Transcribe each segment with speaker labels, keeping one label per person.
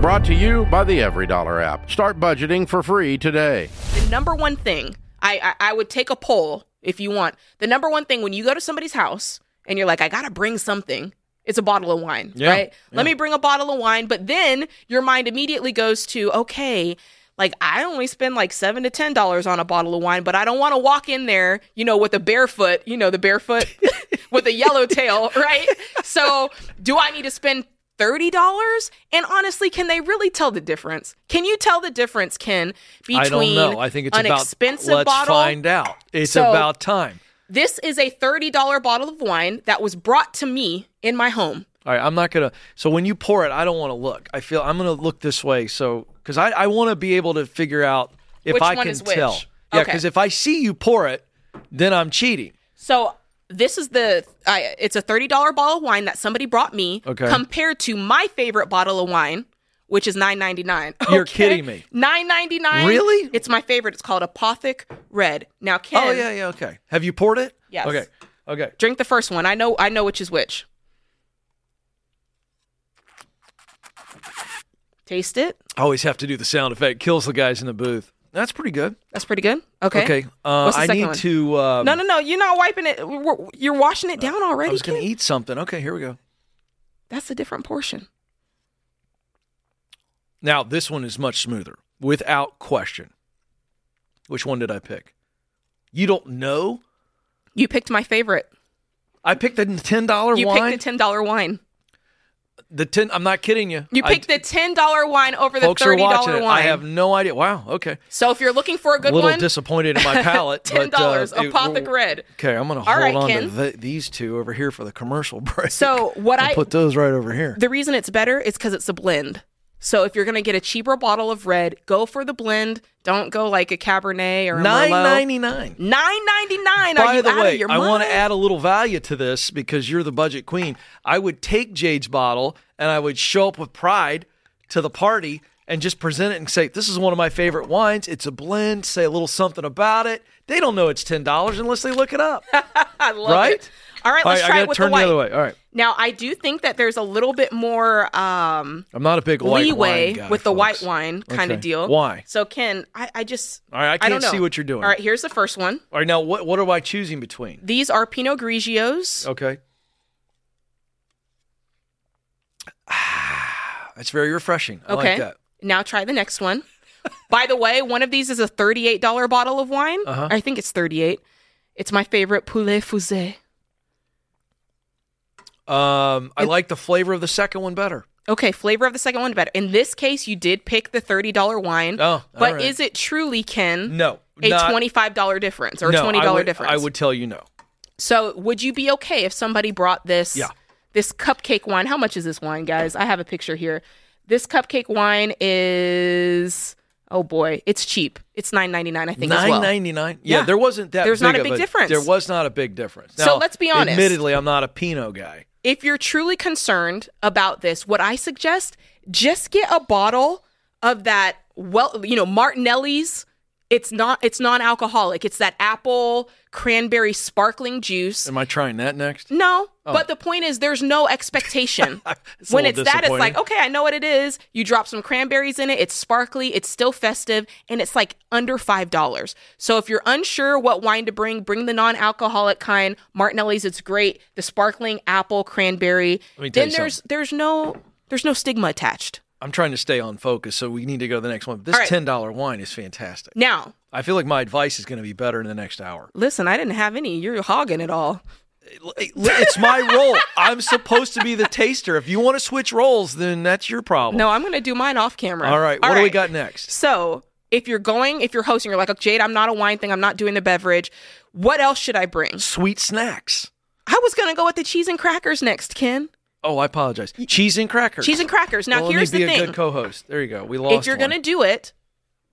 Speaker 1: Brought to you by the Every Dollar app. Start budgeting for free today.
Speaker 2: The number one thing I, I I would take a poll if you want. The number one thing when you go to somebody's house and you're like, I gotta bring something. It's a bottle of wine,
Speaker 3: Yeah,
Speaker 2: right?
Speaker 3: yeah.
Speaker 2: Let me bring a bottle of wine. But then your mind immediately goes to, okay, like I only spend like seven to ten dollars on a bottle of wine, but I don't want to walk in there, you know, with a barefoot, you know, the barefoot with a yellow tail, right? So do I need to spend thirty dollars? And honestly, can they really tell the difference? Can you tell the difference, Ken, between
Speaker 3: I don't know. I think it's
Speaker 2: an
Speaker 3: about
Speaker 2: expensive
Speaker 3: let's
Speaker 2: bottle?
Speaker 3: find out. It's
Speaker 2: So-
Speaker 3: about time.
Speaker 2: This is a $30 bottle of wine that was brought to me in my home.
Speaker 3: All right, I'm not gonna. So when you pour it, I don't want to look. I feel I'm gonna look this way. So because I, I want to be able to figure out if
Speaker 2: Which
Speaker 3: I
Speaker 2: one
Speaker 3: can
Speaker 2: is which?
Speaker 3: tell. Yeah,
Speaker 2: Okay.
Speaker 3: because if I see you pour it, then I'm cheating.
Speaker 2: So this is the I, it's a $30 bottle of wine that somebody brought me
Speaker 3: Okay.
Speaker 2: compared to my favorite bottle of wine which is 9.99.
Speaker 3: You're kidding me.
Speaker 2: 9.99.
Speaker 3: Really?
Speaker 2: It's my favorite. It's called Apothic Red. Now Ken,
Speaker 3: Oh yeah, yeah. Okay. Have you poured it?
Speaker 2: Yes.
Speaker 3: Okay. Okay.
Speaker 2: drink the first one. I know I know which is which. Taste it.
Speaker 3: I always have to do the sound effect. Kills the guys in the booth. That's pretty good.
Speaker 2: That's pretty good. Okay.
Speaker 3: Uh,
Speaker 2: What's the
Speaker 3: I
Speaker 2: second
Speaker 3: need
Speaker 2: one?
Speaker 3: to. Um,
Speaker 2: No, no, no. You're not wiping it. We're- we're- You're washing it down already.
Speaker 3: I was gonna
Speaker 2: Ken.
Speaker 3: eat something. Okay. Here we go.
Speaker 2: That's a different portion.
Speaker 3: Now this one is much smoother, without question. Which one did I pick? You don't know.
Speaker 2: You picked my favorite.
Speaker 3: I picked the ten dollar
Speaker 2: You
Speaker 3: wine.
Speaker 2: picked the ten dollar wine.
Speaker 3: The ten. I'm not kidding you.
Speaker 2: You
Speaker 3: I-
Speaker 2: picked the ten dollar wine over the
Speaker 3: folks are
Speaker 2: thirty
Speaker 3: watching
Speaker 2: dollar
Speaker 3: it.
Speaker 2: wine.
Speaker 3: I have no idea. Wow. Okay.
Speaker 2: so if you're looking for a good
Speaker 3: a little
Speaker 2: one,
Speaker 3: disappointed in my palate.
Speaker 2: ten dollars,
Speaker 3: But, uh, it-
Speaker 2: Apothic Red.
Speaker 3: Okay, I'm gonna hold
Speaker 2: right,
Speaker 3: on
Speaker 2: Ken.
Speaker 3: to th- these two over here for the commercial break.
Speaker 2: So what
Speaker 3: I'll
Speaker 2: I
Speaker 3: put those right over here.
Speaker 2: the reason it's better is because it's a blend. So if you're gonna get a cheaper bottle of red, go for the blend. Don't go like a Cabernet or a
Speaker 3: Nine
Speaker 2: Merlot.
Speaker 3: ninety nine.
Speaker 2: Nine ninety nine. Are
Speaker 3: By
Speaker 2: you
Speaker 3: the
Speaker 2: out of
Speaker 3: way,
Speaker 2: your
Speaker 3: I
Speaker 2: mind?
Speaker 3: want to add a little value to this because you're the budget queen. I would take Jade's bottle and I would show up with pride to the party and just present it and say, "This is one of my favorite wines. It's a blend. Say a little something about it." They don't know it's ten dollars unless they look it up.
Speaker 2: I love
Speaker 3: right?
Speaker 2: it. All right,
Speaker 3: All
Speaker 2: let's
Speaker 3: right,
Speaker 2: try
Speaker 3: I gotta
Speaker 2: it with
Speaker 3: turn
Speaker 2: the white.
Speaker 3: other way. All right,
Speaker 2: Now I do think that there's a little bit more um,
Speaker 3: I'm not a big white
Speaker 2: leeway
Speaker 3: wine guy,
Speaker 2: with the
Speaker 3: folks.
Speaker 2: white wine kind
Speaker 3: Okay.
Speaker 2: of deal.
Speaker 3: Why?
Speaker 2: So Ken, I, I just
Speaker 3: All right, I
Speaker 2: don't
Speaker 3: can't see
Speaker 2: know.
Speaker 3: what you're doing.
Speaker 2: All right, here's the first one.
Speaker 3: All right, now what what am I choosing between?
Speaker 2: These are Pinot Grigios.
Speaker 3: Okay. Ah, That's very refreshing. I
Speaker 2: okay.
Speaker 3: like that.
Speaker 2: Now try the next one. By the way, one of these is a thirty-eight dollar bottle of wine.
Speaker 3: Uh-huh.
Speaker 2: I think it's thirty-eight. It's my favorite Poulet Fusé.
Speaker 3: Um, I like the flavor of the second one better.
Speaker 2: Okay, flavor of the second one better. In this case, you did pick the thirty-dollar wine.
Speaker 3: Oh, all
Speaker 2: but
Speaker 3: right.
Speaker 2: is it truly Ken?
Speaker 3: No,
Speaker 2: A
Speaker 3: not-
Speaker 2: twenty-five dollar difference or
Speaker 3: no, I
Speaker 2: twenty dollar
Speaker 3: would-
Speaker 2: difference.
Speaker 3: I would tell you no.
Speaker 2: So, would you be okay if somebody brought this
Speaker 3: Yeah.
Speaker 2: this cupcake wine? How much is this wine, guys? I have a picture here. This cupcake wine is oh boy, it's cheap. It's nine ninety nine, I think. as well.
Speaker 3: Nine ninety nine. Yeah,
Speaker 2: Yeah.
Speaker 3: there wasn't that.
Speaker 2: There's not a
Speaker 3: of
Speaker 2: big difference.
Speaker 3: There was not a big difference.
Speaker 2: So
Speaker 3: Now,
Speaker 2: let's be honest.
Speaker 3: Admittedly, I'm not a Pinot guy.
Speaker 2: If you're truly concerned about this, what I suggest just get a bottle of that. Well, you know, Martinelli's. It's not. It's non-alcoholic. It's that apple cranberry sparkling juice.
Speaker 3: Am I trying that next?
Speaker 2: No, but the point is, there's no expectation.
Speaker 3: Oh. It's a
Speaker 2: when it's
Speaker 3: little
Speaker 2: that, it's like,
Speaker 3: disappointing.
Speaker 2: okay, I know what it is. You drop some cranberries in it, it's sparkly, it's still festive, and it's like under $5. So if you're unsure what wine to bring, bring the non alcoholic kind. Martinelli's, it's great. The sparkling apple cranberry.
Speaker 3: Let me tell
Speaker 2: Then
Speaker 3: you
Speaker 2: there's, there's, no, there's no stigma attached.
Speaker 3: I'm trying to stay on focus, so we need to go to the next one. This
Speaker 2: All right.
Speaker 3: ten dollar wine is fantastic.
Speaker 2: Now,
Speaker 3: I feel like my advice is going to be better in the next hour.
Speaker 2: listen, I didn't have any. You're hogging it all.
Speaker 3: It's my role. I'm supposed to be the taster. If you want to switch roles, then that's your problem.
Speaker 2: No, I'm going to do mine off camera.
Speaker 3: All right. What do we got next?
Speaker 2: So if you're going, if you're hosting, you're like, "Look, Jade, I'm not a wine thing. I'm not doing the beverage. What else should I bring?
Speaker 3: Sweet snacks.
Speaker 2: I was going to go with the cheese and crackers next, Ken.
Speaker 3: Oh, I apologize. Cheese and crackers.
Speaker 2: Cheese and crackers. Now,
Speaker 3: Well, let me
Speaker 2: here's the
Speaker 3: be a
Speaker 2: thing.
Speaker 3: good co-host. There you go. We lost.
Speaker 2: If you're going
Speaker 3: one.
Speaker 2: to do it,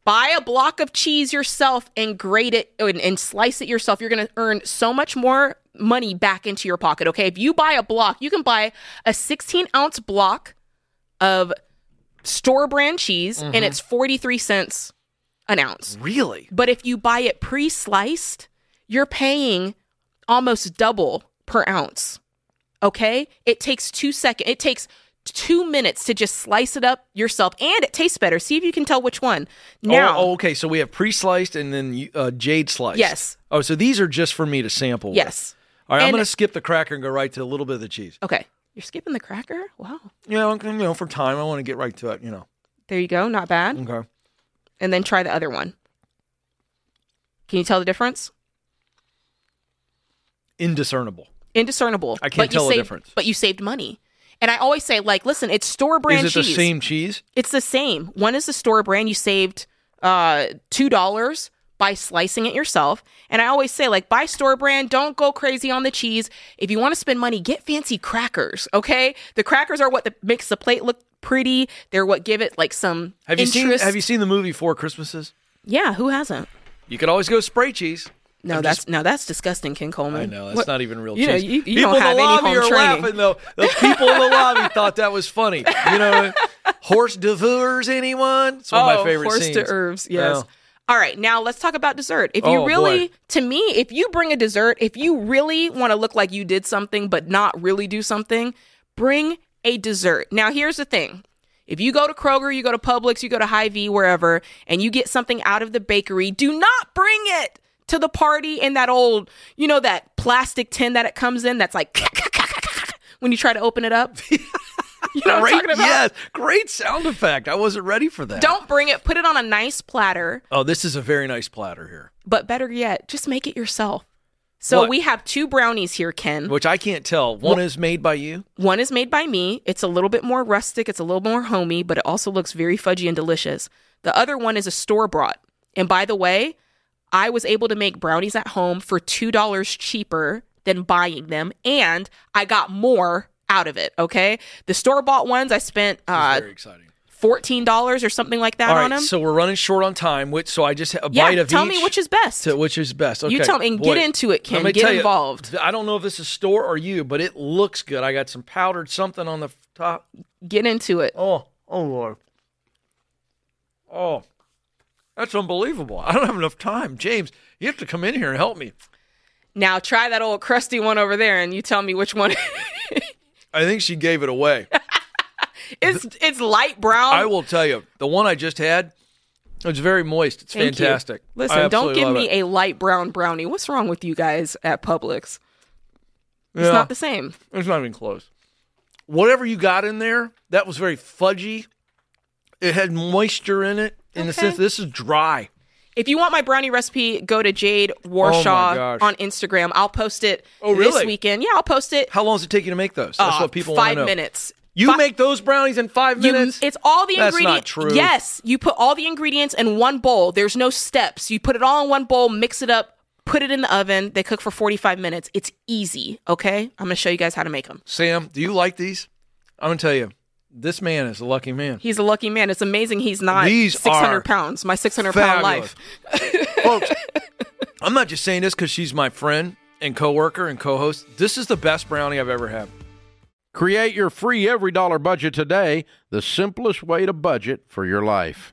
Speaker 2: buy a block of cheese yourself and grate it and, and slice it yourself. You're going to earn so much more money back into your pocket. Okay. If you buy a block, you can buy a 16 ounce block of store brand cheese
Speaker 3: Mm-hmm.
Speaker 2: and it's 43 cents an ounce.
Speaker 3: really,
Speaker 2: But if you buy it pre sliced, you're paying almost double per ounce. Okay? It takes two seconds. It takes two minutes to just slice it up yourself, and it tastes better. See if you can tell which one. Now,
Speaker 3: Oh, oh, okay. So we have pre-sliced and then you- uh, jade sliced.
Speaker 2: Yes.
Speaker 3: Oh, so these are just for me to sample. with.
Speaker 2: yes.
Speaker 3: All right. I'm
Speaker 2: And-
Speaker 3: going to skip the cracker and go right to a little bit of the cheese.
Speaker 2: Okay, you're skipping the cracker. Wow,
Speaker 3: You know, you know, for time, I want to get right to it. You know.
Speaker 2: there you go. Not bad.
Speaker 3: Okay.
Speaker 2: And then try the other one. Can you tell the difference?
Speaker 3: Indiscernible.
Speaker 2: Indiscernible.
Speaker 3: I can't
Speaker 2: but you
Speaker 3: tell the
Speaker 2: saved,
Speaker 3: difference.
Speaker 2: But you saved money. And I always say, like, listen, it's store brand
Speaker 3: is it
Speaker 2: cheese.
Speaker 3: the same cheese?
Speaker 2: It's the same. One is the store brand. You saved uh, two dollars by slicing it yourself. And I always say, like, buy store brand. Don't go crazy on the cheese. If you want to spend money, get fancy crackers. Okay, the crackers are what the, makes the plate look pretty. They're what give it like some
Speaker 3: Have you seen
Speaker 2: interest.
Speaker 3: Have you seen the movie Four Christmases?
Speaker 2: Yeah, who hasn't?
Speaker 3: You could always go spray cheese.
Speaker 2: No, that's no, that's disgusting, Ken Coleman.
Speaker 3: I know that's
Speaker 2: What-
Speaker 3: not even real
Speaker 2: you know,
Speaker 3: cheese.
Speaker 2: you- you
Speaker 3: people
Speaker 2: don't have
Speaker 3: in the
Speaker 2: any
Speaker 3: lobby
Speaker 2: home
Speaker 3: are
Speaker 2: training.
Speaker 3: laughing though. The people in the lobby thought that was funny. You know, horse devours anyone. It's one of my favorite
Speaker 2: Oh, horse
Speaker 3: scenes.
Speaker 2: to herbs. Yes.
Speaker 3: Yeah.
Speaker 2: All right, now let's talk about dessert. If
Speaker 3: Oh,
Speaker 2: you
Speaker 3: boy.
Speaker 2: really, to me, if you bring a dessert, if you really want to look like you did something but not really do something, bring a dessert. Now, here's the thing. If you go to Kroger, you go to Publix, you go to Hy-Vee, wherever, and you get something out of the bakery, do not bring it to the party in that old, you know, that plastic tin that it comes in that's like when you try to open it up. you know what I'm
Speaker 3: Great,
Speaker 2: talking about?
Speaker 3: yes, great sound effect. I wasn't ready for that.
Speaker 2: Don't bring it. Put it on a nice platter.
Speaker 3: Oh, this is a very nice platter here,
Speaker 2: but better yet, just make it yourself. So
Speaker 3: What?
Speaker 2: we have two brownies here, Ken.
Speaker 3: which I can't tell. One is made by you.
Speaker 2: One is made by me. It's a little bit more rustic, it's a little more homey, but it also looks very fudgy and delicious. The other one is a store bought. And by the way, I was able to make brownies at home for $2 cheaper than buying them, and I got more out of it, okay? The store bought ones, I spent uh,
Speaker 3: very exciting.
Speaker 2: $14 or something like that
Speaker 3: All
Speaker 2: on
Speaker 3: right,
Speaker 2: them.
Speaker 3: so we're running short on time. Which so I just ha- a
Speaker 2: yeah,
Speaker 3: bite of
Speaker 2: tell
Speaker 3: each.
Speaker 2: me which is best.
Speaker 3: to which is best. Okay.
Speaker 2: You tell me and
Speaker 3: boy,
Speaker 2: get into it,
Speaker 3: let
Speaker 2: Ken.
Speaker 3: me
Speaker 2: Get
Speaker 3: tell you,
Speaker 2: involved.
Speaker 3: I don't know if this is store or you, but it looks good. I got some powdered something on the f- top.
Speaker 2: Get into it.
Speaker 3: Oh, oh Lord. Oh. That's unbelievable. I don't have enough time. James, you have to come in here and help me.
Speaker 2: Now try that old crusty one over there, and you tell me which one.
Speaker 3: I think she gave it away.
Speaker 2: it's it's light brown.
Speaker 3: I will tell you, the one I just had, it's very moist. It's
Speaker 2: Thank you.
Speaker 3: fantastic. I
Speaker 2: Listen, don't
Speaker 3: absolutely
Speaker 2: give
Speaker 3: love
Speaker 2: me
Speaker 3: it.
Speaker 2: a light brown brownie. What's wrong with you guys at Publix? It's
Speaker 3: Yeah.
Speaker 2: not the same.
Speaker 3: It's not even close. Whatever you got in there, that was very fudgy. It had moisture in it. In the
Speaker 2: Okay.
Speaker 3: sense, this is dry.
Speaker 2: If you want my brownie recipe, go to Jade
Speaker 3: Oh my
Speaker 2: Warshaw
Speaker 3: gosh.
Speaker 2: on Instagram. I'll post it
Speaker 3: Oh,
Speaker 2: this
Speaker 3: really?
Speaker 2: weekend. Yeah, I'll post it.
Speaker 3: How long does it take you to make those? That's
Speaker 2: uh,
Speaker 3: what people want
Speaker 2: five
Speaker 3: to know.
Speaker 2: minutes.
Speaker 3: You
Speaker 2: Fi-
Speaker 3: make those brownies in five
Speaker 2: You-
Speaker 3: minutes.
Speaker 2: it's all the
Speaker 3: That's not
Speaker 2: ingredients.
Speaker 3: true.
Speaker 2: Yes, you put all the ingredients in one bowl. There's no steps. You put it all in one bowl, mix it up, put it in the oven. They cook for 45 minutes. It's easy. Okay, I'm gonna show you guys how to make them.
Speaker 3: Sam, do you like these? I'm gonna tell you, this man is a lucky man.
Speaker 2: He's a lucky man. It's amazing he's not
Speaker 3: These
Speaker 2: 600
Speaker 3: are
Speaker 2: pounds. My 600 pound
Speaker 3: Fabulous.
Speaker 2: life.
Speaker 3: Folks, I'm not just saying this because she's my friend and coworker and co-host. This is the best brownie I've ever had.
Speaker 1: Create your free every dollar budget today, the simplest way to budget for your life.